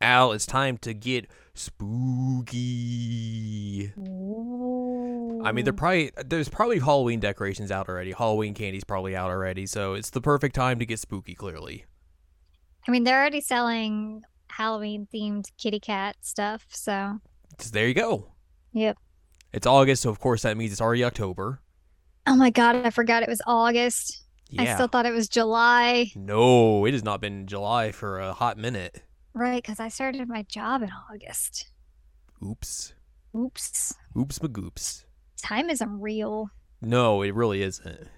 Al, it's time to get spooky. I mean, they're probably there's probably Halloween decorations out already. Halloween candy's probably out already, so it's the perfect time to get spooky. Clearly, I mean, they're already selling Halloween themed kitty cat stuff. So, so there you go. yep. It's August, so of course that means it's already October. Oh my God, I forgot it was August. I Yeah. still thought it was July. no, it has not been July for a hot minute. Right. Because I started my job in August. Oops. Oops. Oops magoops. Time isn't real. No, it really isn't.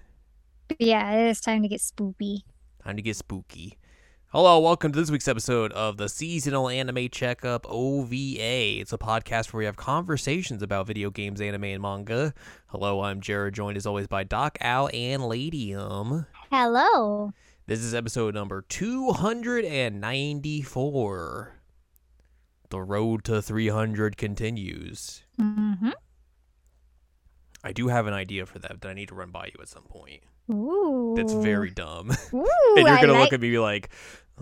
But yeah, it is time to get spoopy. Time to get spooky. Hello, welcome to this week's episode of the Seasonal Anime Checkup OVA. It's a podcast where we have conversations about video games, anime, and manga. Hello, I'm Jared, joined as always by Doc, Al, and Ladium. Hello. This is episode number 294. The road to 300 continues. Mm-hmm. I do have an idea for that that I need to run by you at some point. Ooh. That's very dumb. Ooh, and you're I going to like, look at me like,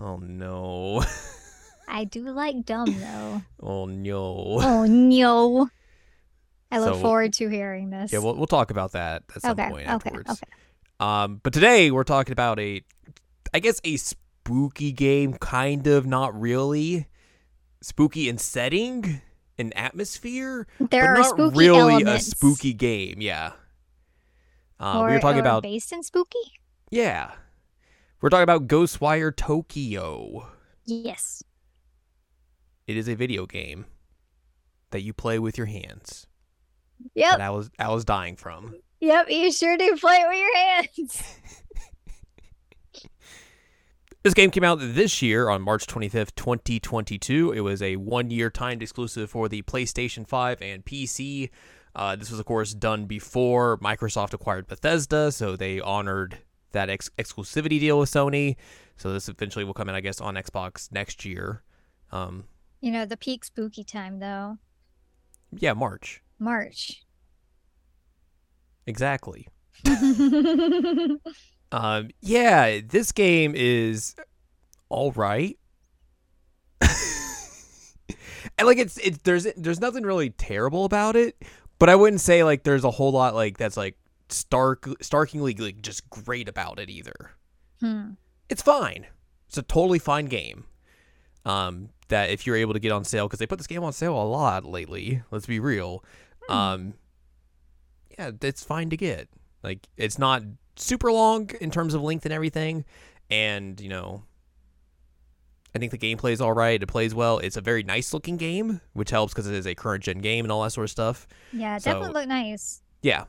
oh no. I do like dumb though. Oh no. oh no. I look So- forward to hearing this. Yeah, we'll, we'll talk about that at some okay. point okay. afterwards. Okay. Um, but today we're talking about a, I guess a spooky game, kind of, not really, spooky in setting, in atmosphere, There but are not spooky really elements. a spooky game. Yeah. Um, or, we were talking or about based in spooky. yeah, we're talking about Ghostwire Tokyo. Yes. It is a video game that you play with your hands. Yep. That I was I was dying from. Yep. You sure do play it with your hands. This game came out this year on March 25th, 2022. It was a one year timed exclusive for the PlayStation 5 and PC. Uh, this was, of course, done before Microsoft acquired Bethesda, so they honored that ex- exclusivity deal with Sony. So this eventually will come in, I guess, on Xbox next year. Um, you know the peak spooky time though, yeah, March. March. Exactly. it's Um, yeah, this game is all right. and like it's it there's there's nothing really terrible about it, but I wouldn't say like there's a whole lot like that's like stark starkingly like just great about it either. It's fine. It's a totally fine game. Um that if you're able to get on sale cuz they put this game on sale a lot lately, let's be real. Hmm. Um yeah, it's fine to get. Like it's not super long in terms of length and everything, and you know, I think the gameplay is all right. It plays well. It's a very nice looking game, which helps because it is a current gen game and all that sort of stuff. Yeah, it So- definitely look nice. Yeah,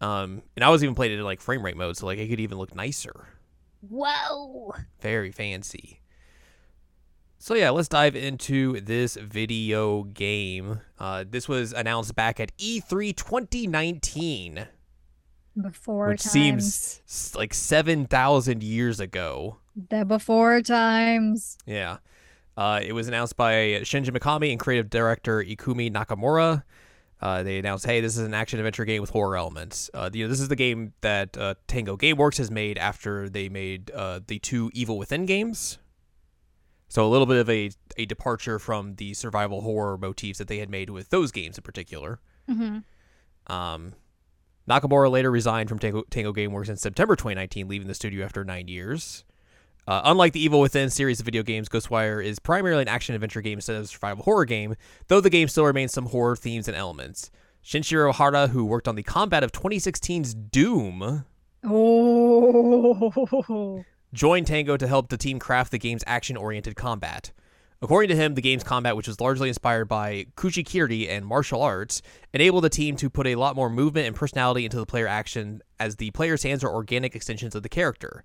um, and I was even playing it in like frame rate mode, so like it could even look nicer. Whoa. Very fancy. So yeah, let's dive into this video game. Uh, this was announced back at E E3 2019. Before Which times. seems s- like 7,000 years ago. the before times. Yeah. Uh, it was announced by Shinji Mikami and creative director Ikumi Nakamura. Uh, they announced, hey, this is an action adventure game with horror elements. Uh, you know, this is the game that uh, Tango Gameworks has made after they made uh, the two Evil Within games. So a little bit of a, a departure from the survival horror motifs that they had made with those games in particular. Mm-hmm. Um, Nakamura later resigned from Tango, Tango Gameworks in September 2019, leaving the studio after nine years. Uh, unlike the Evil Within series of video games, Ghostwire is primarily an action adventure game instead of a survival horror game, though the game still remains some horror themes and elements. Shinshiro Hara, who worked on the combat of 2016's Doom, Oh. joined Tango to help the team craft the game's action oriented combat. According to him, the game's combat, which was largely inspired by kuchikiri and martial arts, enabled the team to put a lot more movement and personality into the player action, as the player's hands are organic extensions of the character.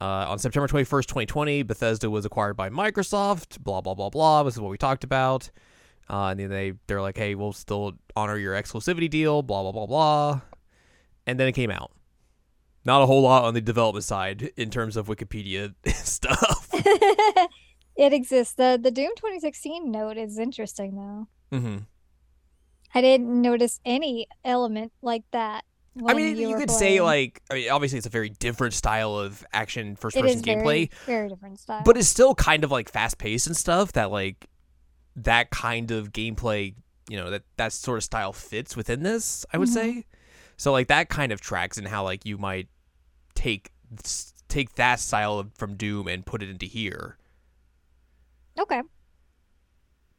Uh, on September 21st, 2020, Bethesda was acquired by Microsoft, blah, blah, blah, blah. This is what we talked about. Uh, and then they, they're like, hey, we'll still honor your exclusivity deal, blah, blah, blah, blah. And then it came out not a whole lot on the development side in terms of Wikipedia stuff. it exists. The the Doom 2016 note is interesting though. mm-hmm. I didn't notice any element like that I when mean, you, were could say playing. like, I mean, obviously it's a very different style of action first it is person gameplay, very, very different style. but it's still kind of like fast paced and stuff that like that kind of gameplay, you know, that that sort of style fits within this, I would Mhm. say. So like that kind of tracks in how like you might take s- take that style of- from Doom and put it into here. okay,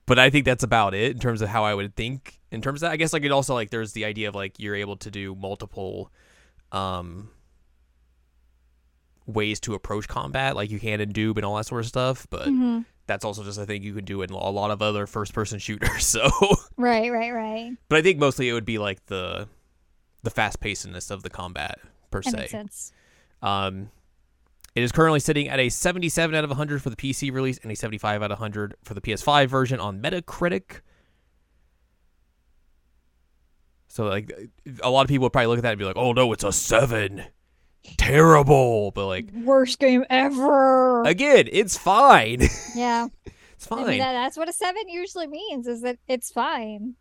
but I think that's about it in terms of how I would think in terms of that. I guess like it also like there's the idea of like you're able to do multiple um ways to approach combat, like you can in Doob and all that sort of stuff, but hmm that's also just a thing you can do in a lot of other first person shooters. So right, right, right. but I think mostly it would be like the the fast pacedness of the combat per That se. makes sense. Um, it is currently sitting at a 77 out of 100 for the PC release and a 75 out of 100 for the PS5 version on Metacritic. So like a lot of people would probably look at that and be like, "Oh no, it's a 7. Terrible." But like Worst game ever. again, it's fine. it's yeah, I mean, fine. that, that's what a seven usually means is that it's fine.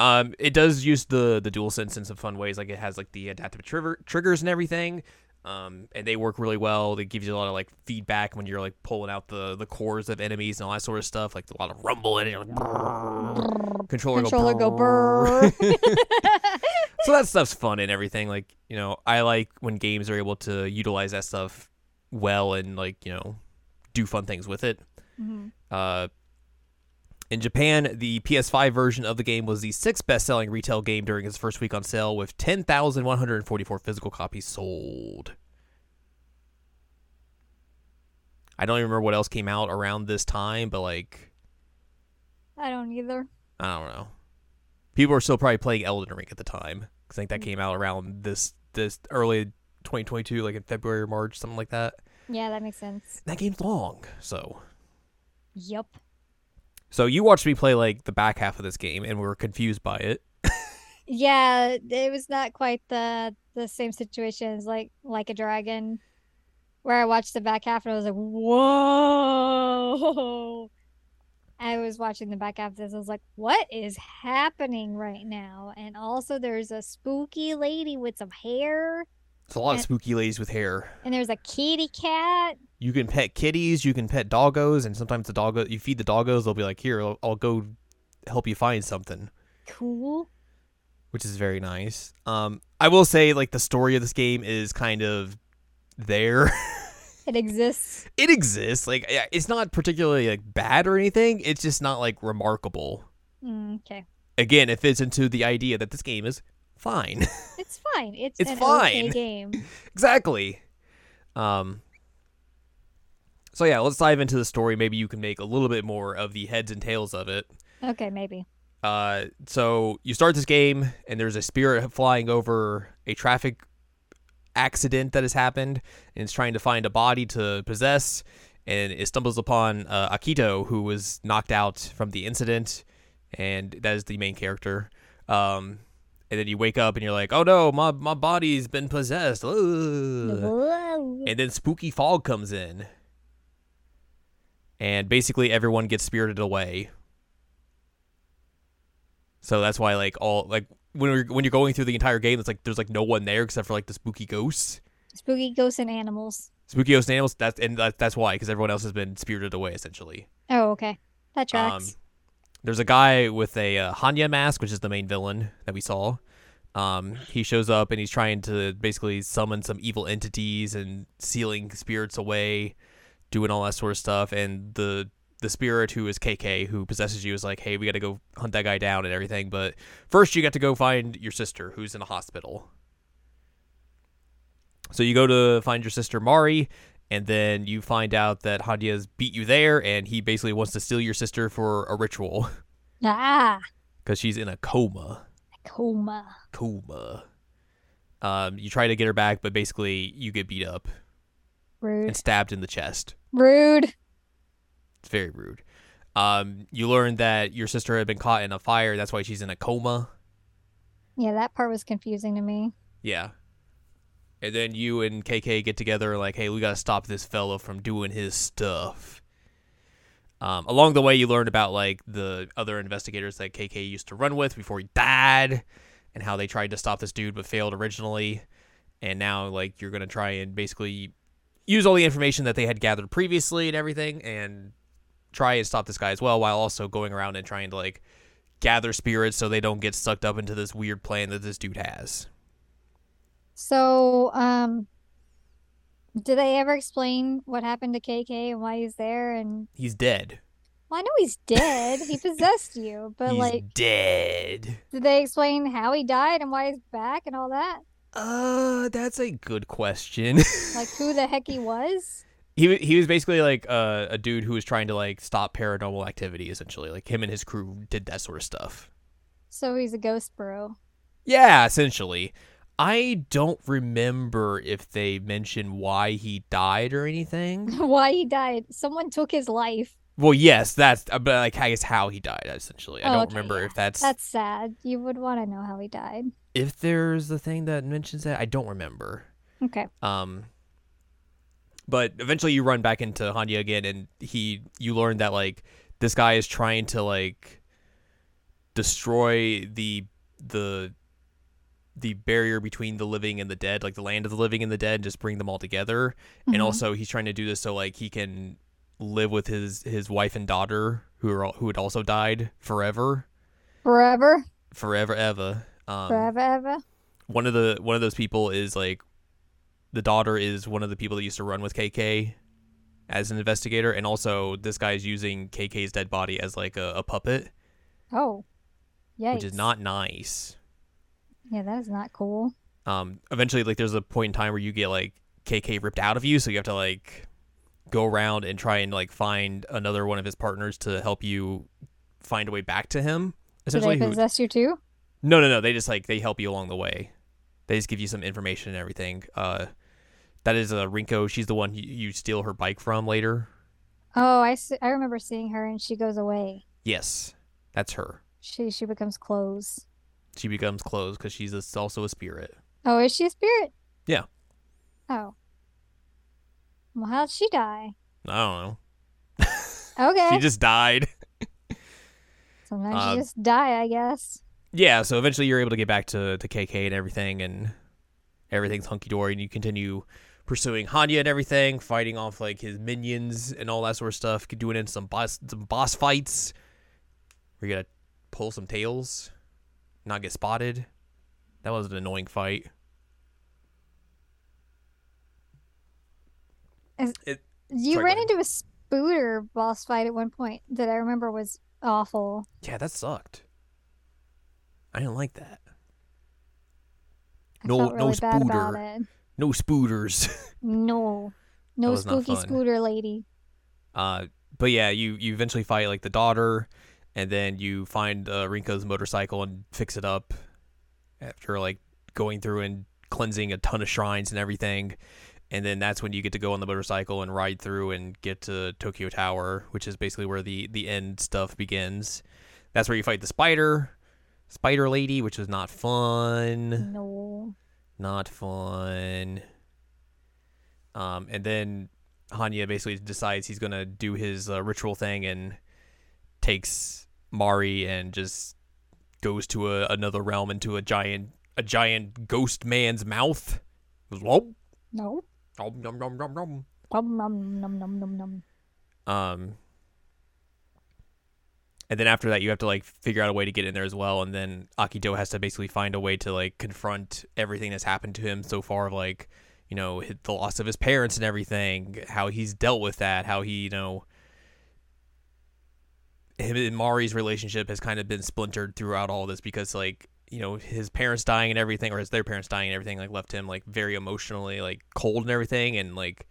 Um, it does use the the dual sense in some fun ways. Like it has like the adaptive trigger, triggers and everything. Um, and they work really well. They give you a lot of like feedback when you're like pulling out the the cores of enemies and all that sort of stuff. Like a lot of rumble in it. Like, brrrr. controller, Controller go brrrr. brrr. so that stuff's fun and everything. Like you know, I like when games are able to utilize that stuff well and like you know do fun things with it. Mhm. Uh, in Japan, the PS5 version of the game was the sixth best selling retail game during its first week on sale, with 10,144 physical copies sold. I don't even remember what else came out around this time, but like, I don't either. I don't know. People were still probably playing Elden Ring at the time. 'cause I think that came out around this this early 2022, like in February or March, something like that. Yeah, that makes sense. That game's long, so Yep. So you watched me play like the back half of this game, and we were confused by it. Yeah, it was not quite the the same situation as like like a dragon, where I watched the back half and I was like, whoa. I was watching the back half of this. I was like, what is happening right now? And also, there's a spooky lady with some hair, It's a lot of And- spooky ladies with hair. and there's a kitty cat. You can pet kitties, you can pet doggos, and sometimes the doggo you feed the doggos, they'll be like, "Here, I'll, I'll go help you find something," Cool. which is very nice. Um, I will say like the story of this game is kind of there. It exists. it exists. Like yeah, it's not particularly like bad or anything. It's just not like remarkable. Mm, Okay. Again, it fits into the idea that this game is fine. It's fine. It's It's an okay fine. game. exactly. Um. So yeah, let's dive into the story. Maybe you can make a little bit more of the heads and tails of it. Okay, maybe. Uh, so you start this game, and there's a spirit flying over a traffic accident that has happened, and it's trying to find a body to possess, and it stumbles upon uh, Akito, who was knocked out from the incident, and that is the main character. Um, and then you wake up, and you're like, "Oh no, my my body's been possessed." Ugh. Whoa. And then spooky fog comes in. And basically everyone gets spirited away. So that's why like all like when you're when you're going through the entire game, it's like there's like no one there except for like the spooky ghosts. Spooky ghosts and animals. Spooky ghost animals, that's and that, that's why, because everyone else has been spirited away essentially. Oh, okay. That Um, tracks. there's a guy with a uh, Hanya mask, which is the main villain that we saw. Um, he shows up and he's trying to basically summon some evil entities and sealing spirits away, doing all that sort of stuff. And the the spirit who is KK, who possesses you, is like, "Hey, we got to go hunt that guy down and everything." But first, you got to go find your sister, who's in a hospital. So you go to find your sister Mari, and then you find out that Hanya's beat you there, and he basically wants to steal your sister for a ritual ah, because she's in a coma. coma. Coma. Um, you try to get her back, but basically you get beat up Rude. and stabbed in the chest. Rude. It's very rude. Um, you learn that your sister had been caught in a fire. That's why she's in a coma. Yeah, that part was confusing to me. Yeah. And then you and KK get together like, hey, we gotta stop this fellow from doing his stuff. Um, along the way, you learned about like the other investigators that KK used to run with before he died, and how they tried to stop this dude but failed originally. And now, like, you're going to try and basically use all the information that they had gathered previously and everything and try and stop this guy as well while also going around and trying to, like, gather spirits so they don't get sucked up into this weird plan that this dude has. So, um, do they ever explain what happened to KK and why he's there? And He's dead. well, I know he's dead. he possessed you, but He's like, dead. did they explain how he died and why he's back and all that? Uh, that's a good question. Like, who the heck he was? he wa- he was basically like uh, a dude who was trying to like stop paranormal activity essentially. Like him and his crew did that sort of stuff. So he's a ghost bro. Yeah, essentially. I don't remember if they mention why he died or anything. why he died? Someone took his life. Well, yes, that's uh, but like I guess how he died essentially. I Oh, don't okay, remember yeah. if that's, That's sad. You would want to know how he died. if there's the thing that mentions that. I don't remember. Okay. Um, but eventually you run back into Hanya again, and he you learn that like this guy is trying to like destroy the the the barrier between the living and the dead, like the land of the living and the dead, and just bring them all together. And Mhm. also he's trying to do this so like he can live with his his wife and daughter who are al- who had also died forever, forever, forever ever. Um, forever, ever. one of the one of those people is like the daughter is one of the people that used to run with KK as an investigator and also this guy is using KK's dead body as like a, a puppet Oh, yeah. which is not nice Yeah, that is not cool. um eventually like there's a point in time where you get like KK ripped out of you so you have to like go around and try and like find another one of his partners to help you find a way back to him Do essentially they who, possess you too? No, no, no. They just like they help you along the way. They just give you some information and everything. Uh, that is uh, Rinko. She's the one you, you steal her bike from later. Oh, I, s- I remember seeing her and she goes away. Yes, that's her. She she becomes clothes. She becomes closed because she's a, also a spirit. Oh, is she a spirit? Yeah. Oh. Well, how'd she die? I don't know. Okay. She just died. Sometimes uh, you just die, I guess. Yeah. So eventually, you're able to get back to to KK and everything, and everything's hunky dory, and you continue pursuing Hanya and everything, fighting off like his minions and all that sort of stuff, doing in some boss some boss fights. We're gonna pull some tails, not get spotted. That was an annoying fight. You sorry, go ran ahead. into a spooter boss fight at one point that I remember was awful. Yeah, that sucked. I didn't like that. I No- felt no really bad about spooter. it. No spooters. No. That No was not spooky fun. scooter lady. Uh, but yeah, you you eventually fight like the daughter, and then you find uh, Rinko's motorcycle and fix it up after like going through and cleansing a ton of shrines and everything. And then that's when you get to go on the motorcycle and ride through and get to Tokyo Tower, which is basically where the the end stuff begins. That's where you fight the spider, spider lady, which was not fun No. not fun. Um, and then Hanya basically decides he's gonna do his uh, ritual thing and takes Mari and just goes to a, another realm into a giant a giant ghost man's mouth. Goes, "Whoa, No. nom, nom, nom, nom, nom." Nom nom nom nom nom nom. Um, and then after that, you have to like figure out a way to get in there as well. And then Akito has to basically find a way to like confront everything that's happened to him so far, of like you know hi- the loss of his parents and everything, how he's dealt with that, how he you know him and Mari's relationship has kind of been splintered throughout all this because like you know his parents dying and everything, or his their parents dying and everything, like left him like very emotionally like cold and everything, and like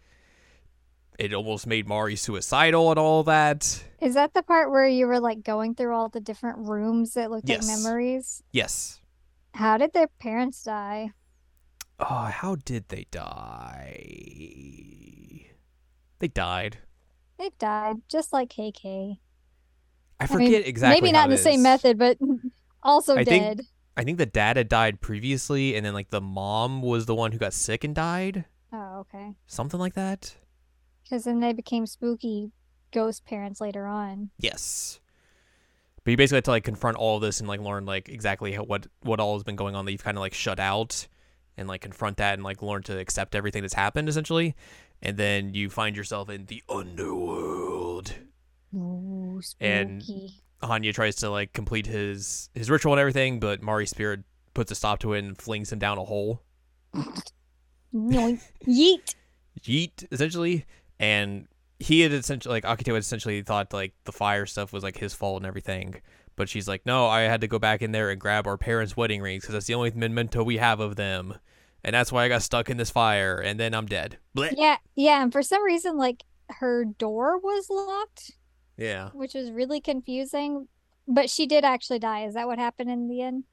it almost made Mari suicidal and all that. Is that the part where you were like going through all the different rooms that looked Yes. like memories? Yes. How did their parents die? Oh, how did they die? They died. They died just like KK. I I forget mean, exactly. Maybe how not in the it same is. method, but also I think- dead. I think the dad had died previously, and then like the mom was the one who got sick and died, Oh, okay. something like that. Because then they became spooky ghost parents later on. Yes. But But you basically had to like confront all of this and like learn like exactly how, what what all has been going on that you've kind of like shut out, and like confront that and like learn to accept everything that's happened essentially, and then you find yourself in the underworld. Ooh, And- spooky. Hanya tries to like complete his his ritual and everything, but Mari's spirit puts a stop to it and flings him down a hole. Yoink. yeet. yeet essentially and he had essentially like akito had essentially thought like the fire stuff was like his fault and everything but she's like no i had to go back in there and grab our parents wedding rings because that's the only memento we have of them and that's why i got stuck in this fire and then i'm dead Blech. Yeah, yeah. And for some reason, like her door was locked, yeah which was really confusing. But she did actually die. Is that what happened in the end?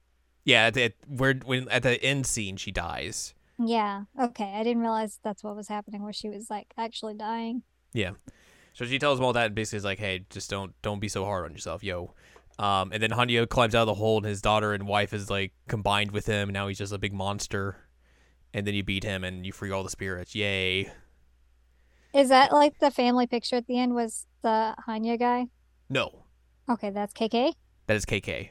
yeah at, at, where, when, at the end scene she dies Yeah. Okay. I didn't realize that's what was happening where she was like actually dying. So she tells him all that and basically is like, "Hey, just don't don't be so hard on yourself, yo." Um, and then Hanyo climbs out of the hole, and his daughter and wife is like combined with him. Now he's just a big monster. And then you beat him, and you free all the spirits. Yay! Is that like the family picture at the end was the Hanya guy? No, Okay, that's KK. that is KK.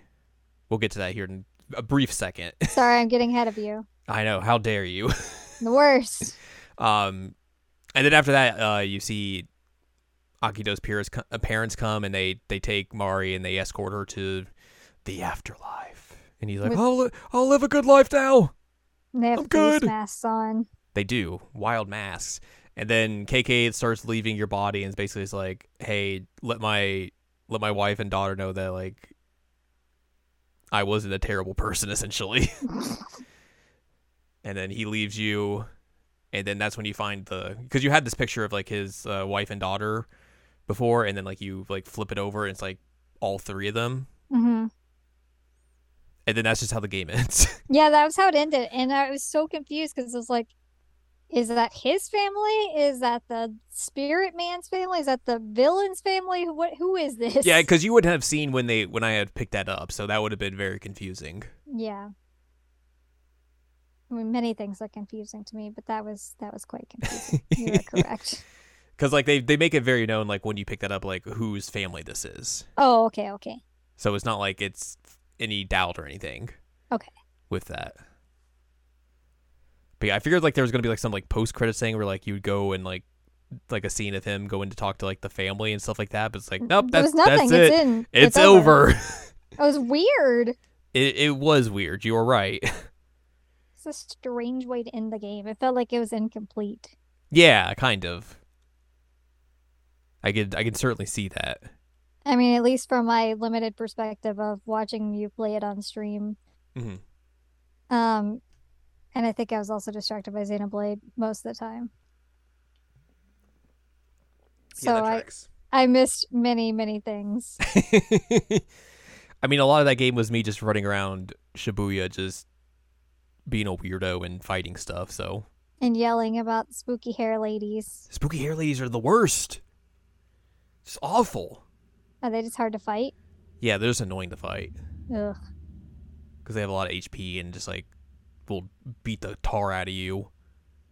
We'll get to that here in a brief second. Sorry, I'm getting ahead of you. I know. How dare you? The worst. Um, and then after that, uh, you see Akito's parents co- uh, parents come, and they they take Mari and they escort her to the afterlife. And he's like, With- "I'll li- I'll live a good life now." And They have I'm face good. masks on. They do wild masks, and then KK starts leaving your body, and basically is like, "Hey, let my let my wife and daughter know that like I wasn't a terrible person, essentially." and then he leaves you, and then that's when you find the because you had this picture of like his uh, wife and daughter before, and then like you like flip it over, and it's like all three of them, hmm and then that's just how the game ends. Yeah, that was how it ended, and I was so confused because I was like, "Is that his family? Is that the Spirit Man's family? Is that the villain's family? Who- What? Who is this?" yeah, because you wouldn't have seen when they when I had picked that up, so that would have been very confusing. yeah. I mean, many things are confusing to me, but that was that was quite confusing. you are correct. Because like they they make it very known like when you pick that up like whose family this is, Oh, okay, okay. so it's not like it's any doubt or anything. Okay. With that. But yeah, I figured like there was gonna be like some like post credits thing where like you would go and like like a scene of him going to talk to like the family and stuff like that. But it's like nope, there that's was nothing. that's it. It's in. It's, over. It was weird. it it was weird. You were right. It's a strange way to end the game. It felt like it was incomplete. yeah, kind of. I could I could certainly see that. I mean, at least from my limited perspective of watching you play it on stream. Mhm. Um, and I think I was also distracted by Xenoblade most of the time. So I, I missed many, many things. I mean, a lot of that game was me just running around Shibuya, just being a weirdo and fighting stuff. So and yelling about spooky hair ladies. spooky hair ladies are the worst. It's awful. Are they just hard to fight? Yeah, they're just annoying to fight Ugh. because they have a lot of HP and just like will beat the tar out of you.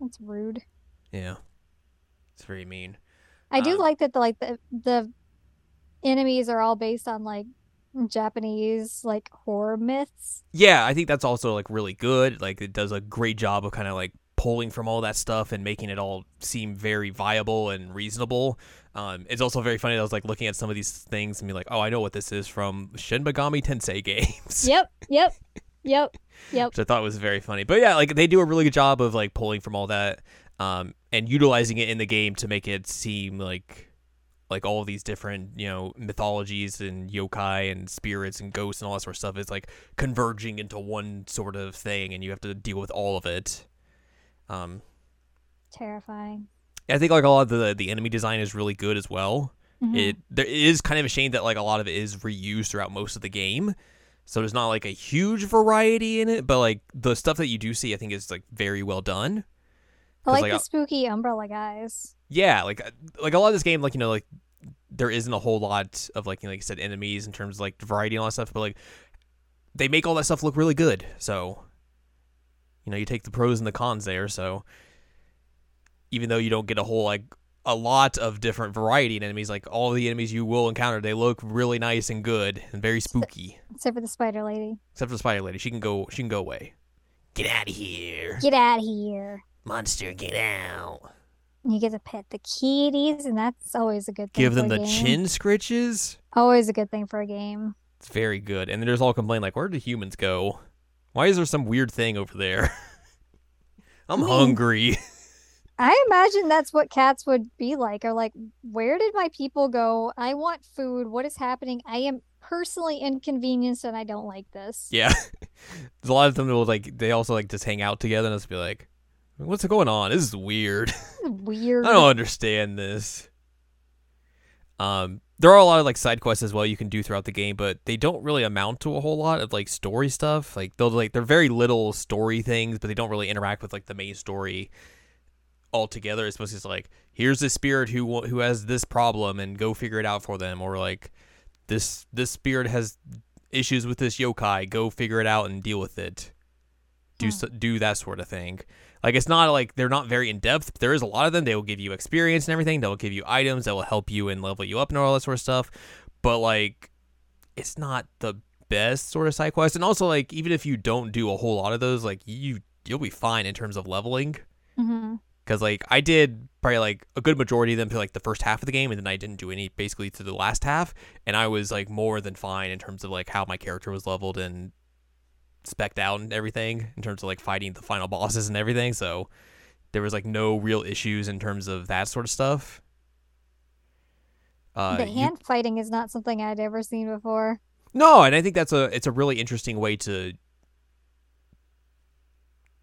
That's rude. Yeah, it's very mean. I do Um, like that the like the the enemies are all based on like Japanese like horror myths. Yeah, I think that's also like really good. Like it does a great job of kind of like pulling from all that stuff and making it all seem very viable and reasonable. Um, it's also very funny that I was like looking at some of these things and be like, oh, I know what this is from Shin Megami Tensei games, Yep, yep, yep. which I thought was very funny. But yeah, like they do a really good job of like pulling from all that um, and utilizing it in the game to make it seem like like all these different you know mythologies and yokai and spirits and ghosts and all that sort of stuff is like converging into one sort of thing and you have to deal with all of it um Terrifying. i think like a lot of the the enemy design is really good as well Mhm. it there it is kind of a shame that like a lot of it is reused throughout most of the game so there's not like a huge variety in it but like the stuff that you do see i think is like very well done I 'Cause, like like, the I- spooky umbrella guys. yeah like uh, like a lot of this game like you know like there isn't a whole lot of like you know, like you said enemies in terms of like variety and all that stuff but like they make all that stuff look really good so you know you take the pros and the cons there so even though you don't get a whole like a lot of different variety in enemies. Like all the enemies you will encounter, they look really nice and good and very spooky. Except for the spider lady. Except for the spider lady, she can go. She can go away. Get out of here, Get out of here. monster! Get out. And You get to pet the kitties, and that's always a good thing. Give for them a the game. chin scritches. Always a good thing for a game. It's very good. And there's all complain like, where do humans go? Why is there some weird thing over there? I'm Hmm. hungry. I imagine that's what cats would be like. Are like, where did my people go? I want food. What is happening? I am personally inconvenienced, and I don't like this. yeah. There's a lot of them that will like they also like just hang out together and just be like, What's going on? This is weird. This is Weird. I don't understand this. Um, there are a lot of like side quests as well you can do throughout the game, but they don't really amount to a whole lot of like story stuff. Like they'll like they're very little story things, but they don't really interact with like the main story altogether. It's mostly just like here's this spirit who wa- who has this problem and go figure it out for them, or like this this spirit has issues with this yokai, go figure it out and deal with it. Do Hmm. so, do that sort of thing. Like it's not like they're not very in depth. But there is a lot of them. They will give you experience and everything. They will give you items that will help you and level you up and all that sort of stuff. But like, it's not the best sort of side quest. And also like, even if you don't do a whole lot of those, like you you'll be fine in terms of leveling. hmm Because like I did probably like a good majority of them for like the first half of the game, and then I didn't do any basically to the last half, and I was like more than fine in terms of like how my character was leveled and specked out and everything in terms of like fighting the final bosses and everything. So there was like no real issues in terms of that sort of stuff. Uh, the you- hand fighting is not something I'd ever seen before. no, and I think that's a it's a really interesting way to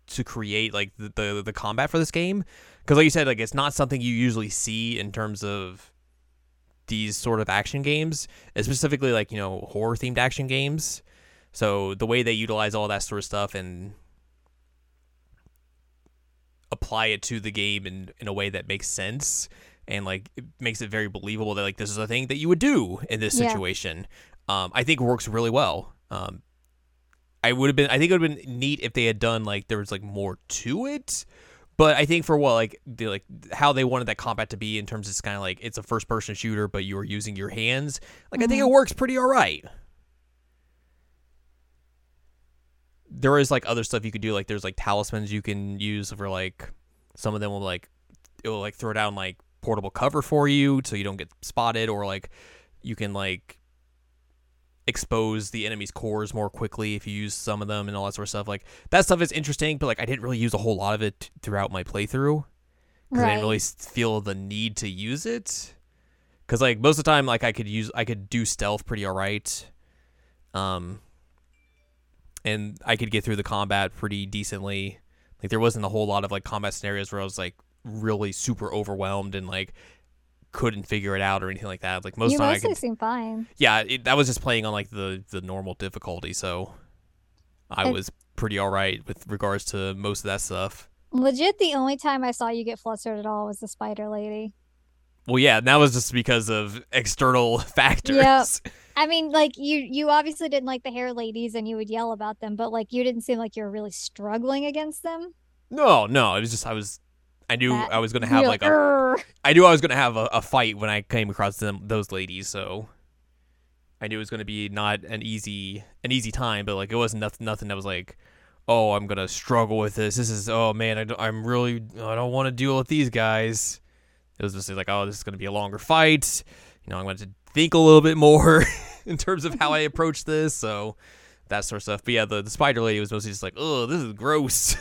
to create like the the, the combat for this game because like you said like it's not something you usually see in terms of these sort of action games, and specifically like you know horror themed action games. So the way they utilize all that sort of stuff and apply it to the game in, in a way that makes sense and like it makes it very believable that like this is a thing that you would do in this Yeah. situation um, i think works really well um, i would have been i think it would have been neat if they had done like there was like more to it but i think for what like the like how they wanted that combat to be in terms of kind of like it's a first person shooter but you are using your hands like i think it works pretty all right there is like other stuff you could do like there's like talismans you can use for like some of them will like it will like throw down like portable cover for you so you don't get spotted or like you can like expose the enemy's cores more quickly if you use some of them and all that sort of stuff like that stuff is interesting but like i didn't really use a whole lot of it throughout my playthrough because I Right. didn't really s- feel the need to use it. Because like most of the time, like I could use, I could do stealth pretty alright, um, and I could get through the combat pretty decently. Like there wasn't a whole lot of like combat scenarios where I was like really super overwhelmed and like couldn't figure it out or anything like that. Like most you of the time, I mostly could seem fine. yeah, it, that was just playing on like the the normal difficulty, so I And- was pretty alright with regards to most of that stuff. Legit, the only time I saw you get flustered at all was the spider lady. Well, yeah, and that was just because of external factors. I mean, like you, you obviously didn't like the hair ladies, and you would yell about them, but like you didn't seem like you were really struggling against them. No, no, it was just I was, I knew That I was gonna You have were like a, "Urgh." I knew I was gonna have a, a fight when I came across them those ladies, so I knew it was gonna be not an easy an easy time, but like it wasn't nothing nothing that was like, oh, I'm gonna struggle with this. This is oh man, I don't, I'm really I don't want to deal with these guys. It was just like oh, this is gonna be a longer fight. You know, I'm gonna have to think a little bit more in terms of how I approach this, so that sort of stuff. But yeah, the, the spider lady was mostly just like, oh, this is gross.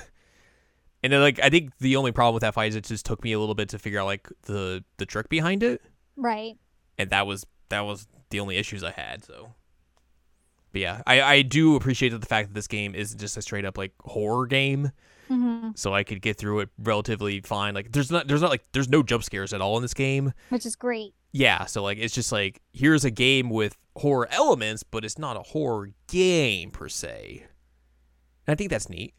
And then, like, I think the only problem with that fight is it just took me a little bit to figure out like the the trick behind it, right. and that was that was the only issues I had. So, but yeah, I I do appreciate the fact that this game is just a straight up like horror game, hmm so I could get through it relatively fine. Like, there's not there's not like there's no jump scares at all in this game. Which is great. Yeah, so like it's just like here's a game with horror elements, but it's not a horror game per se. And I think that's neat.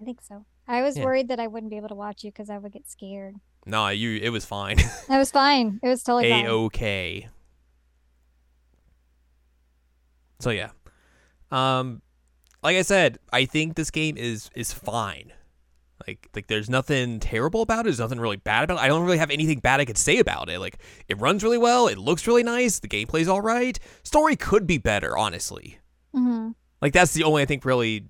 I think so. I was Yeah. worried that I wouldn't be able to watch you because I would get scared. Nah, you it was fine. That was fine. It was totally A fine. OK. So yeah, um, like I said, I think this game is is fine. Like like there's nothing terrible about it. There's nothing really bad about it. I don't really have anything bad I could say about it. Like it runs really well. It looks really nice. The gameplay's all right. Story could be better, honestly. hmm Like that's the only I think really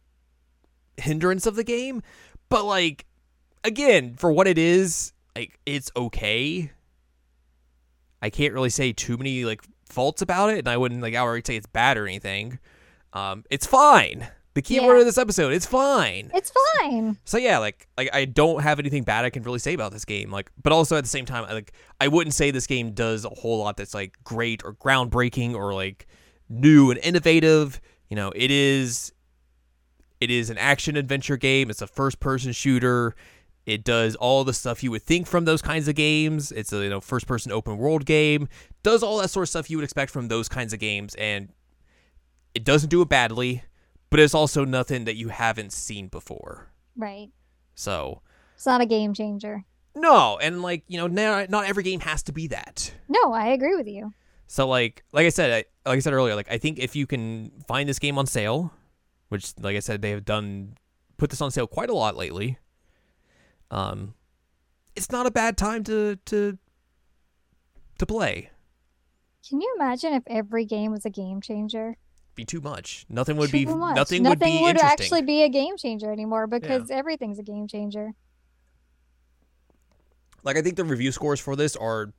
hindrance of the game. But like again, for what it is, like it's okay. I can't really say too many like faults about it, and I wouldn't like outright say it's bad or anything. Um, it's fine. The key Yeah. word of this episode, it's fine. It's fine. So yeah, like like I don't have anything bad I can really say about this game. Like, but also at the same time, I, like I wouldn't say this game does a whole lot that's like great or groundbreaking or like new and innovative. You know, it is it is an action adventure game. It's a first person shooter. It does all the stuff you would think from those kinds of games. It's a you know first person open world game. Does all that sort of stuff you would expect from those kinds of games, and it doesn't do it badly. But it's also nothing that you haven't seen before. Right. So It's not a game changer. no, and like you know, not, not every game has to be that. No, I agree with you. So like like I said, I, like I said earlier, like I think if you can find this game on sale, which like I said they have done put this on sale quite a lot lately. Um, it's not a bad time to to to play. Can you imagine if every game was a game changer? Be too much. Nothing would be Too much. nothing, would Nothing be would interesting. actually be a game changer anymore because everything's a game changer. Like I think the review scores for this are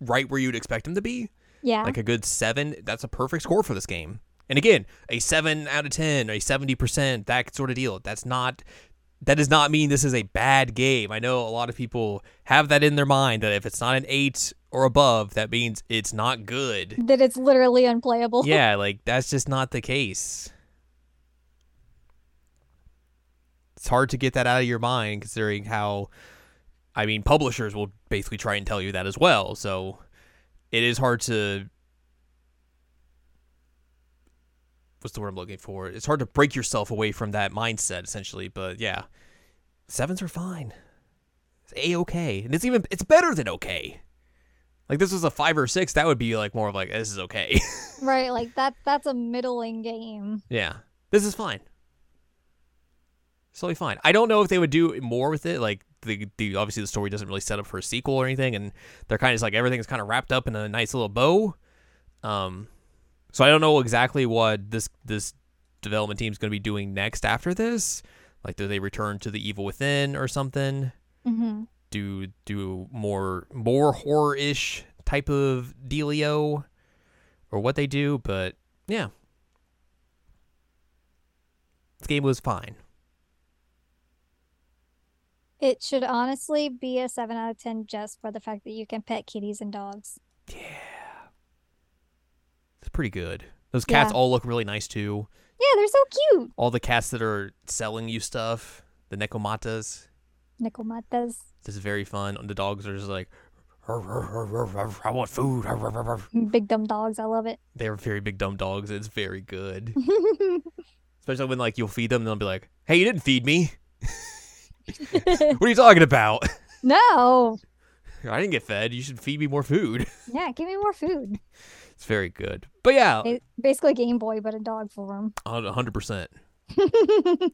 right where you'd expect them to be. Yeah. like a good seven. That's a perfect score for this game. And again, a seven out of ten, a seventy percent, that sort of deal. That's not. That does not mean this is a bad game. I know a lot of people have that in their mind that if it's not an eight or above, that means it's not good. that it's literally unplayable. yeah, like that's just not the case. It's hard to get that out of your mind considering how I mean publishers will basically try and tell you that as well. So it is hard to what's the word I'm looking for? It's hard to break yourself away from that mindset essentially, but yeah. Sevens are fine. It's a okay. And it's even it's better than okay. Like this was a five or six, that would be like more of like this is okay. Right. Like that that's a middling game. Yeah. This is fine. It's totally fine. I don't know if they would do more with it. Like the the obviously the story doesn't really set up for a sequel or anything, and they're kind of just like everything's kind of wrapped up in a nice little bow. Um, so I don't know exactly what this this development team's going to be doing next after this. Like, do they return to the Evil Within or something? hmm do do more more horror ish type of dealio or what they do, but yeah. This game was fine. It should honestly be a seven out of ten just for the fact that you can pet kitties and dogs. It's pretty good. Those cats Yeah. all look really nice too. Yeah, they're so cute. All the cats that are selling you stuff, the Nekomatas. Nicomatas. This is very fun. The dogs are just like "Rrr, rrr, rrr, rrr, rrr, I want food. Rrr, rrr, rrr, rrr." Big dumb dogs. I love it. They're very big dumb dogs. It's very good. Especially when like you'll feed them and they'll be like, Hey, you didn't feed me. What are you talking about? no. I didn't get fed. You should feed me more food. Yeah, give me more food. It's very good. But yeah, Ba- Basically Game Boy, but a dog form. a 100%.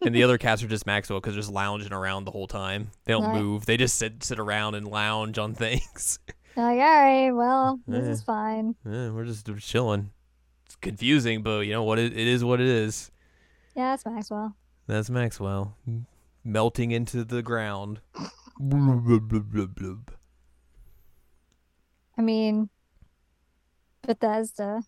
and the other cats are just Maxwell because they're just lounging around the whole time. They don't Right. move. They just sit sit around and lounge on things. Like, all right, well, this Yeah. is fine. Yeah, we're just we're chilling. It's confusing, but you know what? It, it is what it is. Yeah, it's Maxwell. That's Maxwell melting into the ground. Blub, blub, blub, blub, blub. I mean, Bethesda.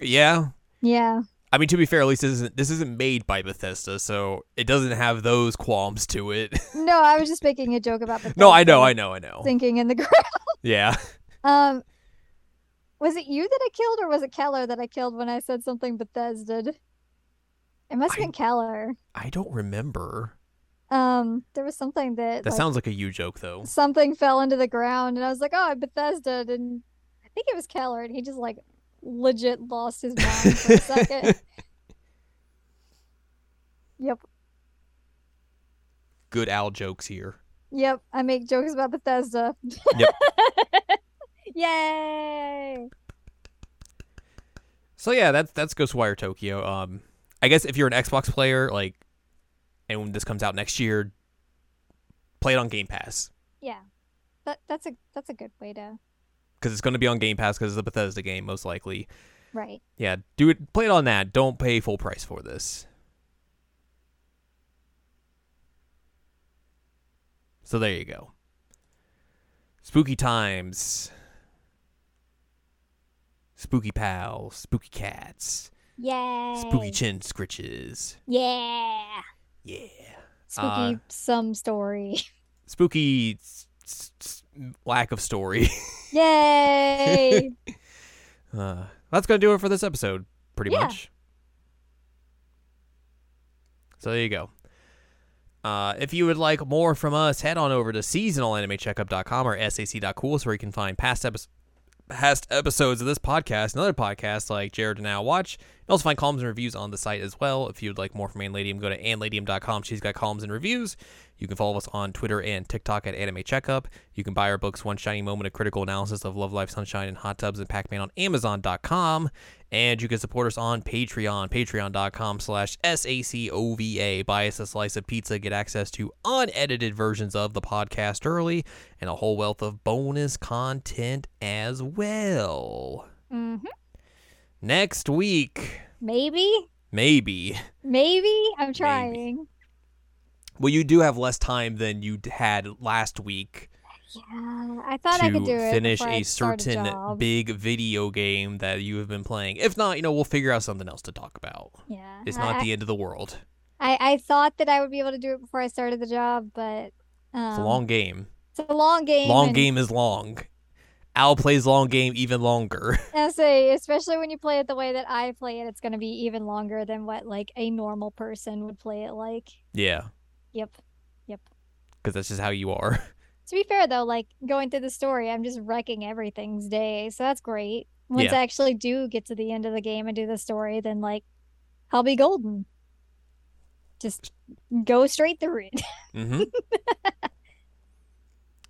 Yeah, Yeah. I mean to be fair, at least this isn't this isn't made by Bethesda, so it doesn't have those qualms to it. No, I was just making a joke about Bethesda. no, I know, I know, I know. Sinking in the ground. Yeah. Um, was it you that I killed, or was it Keller that I killed when I said something Bethesda? It must have I- been Keller. I don't remember. Um, there was something that, That like, sounds like a you joke though. something fell into the ground, and I was like, "Oh, I Bethesda," and I think it was Keller, and he just like legit lost his mind for a second. Yep, Good Al jokes here. yep. I make jokes about Bethesda. Yep. Yay! So yeah, that's that's Ghostwire Tokyo. Um I guess if you're an Xbox player, like and when this comes out next year, play it on Game Pass Yeah. That that's a that's a good way to because it's going to be on Game Pass because it's a Bethesda game most likely. right. Yeah, do it. Play it on that. Don't pay full price for this. So there you go. Spooky times. Spooky pals. Spooky cats. Yay. Spooky chin scritches. Yeah. Yeah. Spooky Uh, some story. Spooky s- s- s- lack of story. Yay. Uh, that's going to do it for this episode, pretty Yeah. much. So there you go. Uh, if you would like more from us, head on over to seasonalanimecheckup.com or sac.cool so where you can find past episodes. Past episodes of this podcast and other podcasts like Jared and Now Watch. You can also find columns and reviews on the site as well. If you'd like more from Ann Ladium, go to annladium.com. She's got columns and reviews. You can follow us on Twitter and TikTok at Anime Checkup. You can buy our books, One Shiny Moment, A Critical Analysis of Love, Life, Sunshine, and Hot Tubs, and Pac-Man on Amazon.com. And you can support us on Patreon, patreon.com slash S-A-C-O-V-A. Buy us a slice of pizza, get access to unedited versions of the podcast early, and a whole wealth of bonus content as well. hmm Next week, Maybe. maybe. Maybe. I'm trying. Well, you do have less time than you had last week. Yeah. Uh, I thought to I could do it. finish before a I start certain job. big video game that you have been playing. If not, you know, we'll figure out something else to talk about. Yeah. It's I- not I, the end of the world. I, I thought that I would be able to do it before I started the job, but um, It's a long game. It's a long game. Long and game is long. Al plays long game even longer. I say, especially when you play it the way that I play it, it's going to be even longer than what like a normal person would play it like. yeah, Yep. because that's just how you are. To be fair though, like going through the story, I'm just wrecking everything's day, so that's great. Once Yeah. I actually do get to the end of the game and do the story, then like I'll be golden. Just go straight through it. hmm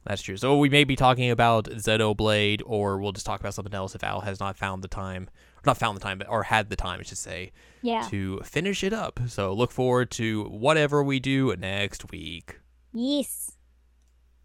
that's true. So we may be talking about Blade, or we'll just talk about something else if Al has not found the time, or not found the time, but or had the time, I should say, yeah. to finish it up. So look forward to whatever we do next week. Yes.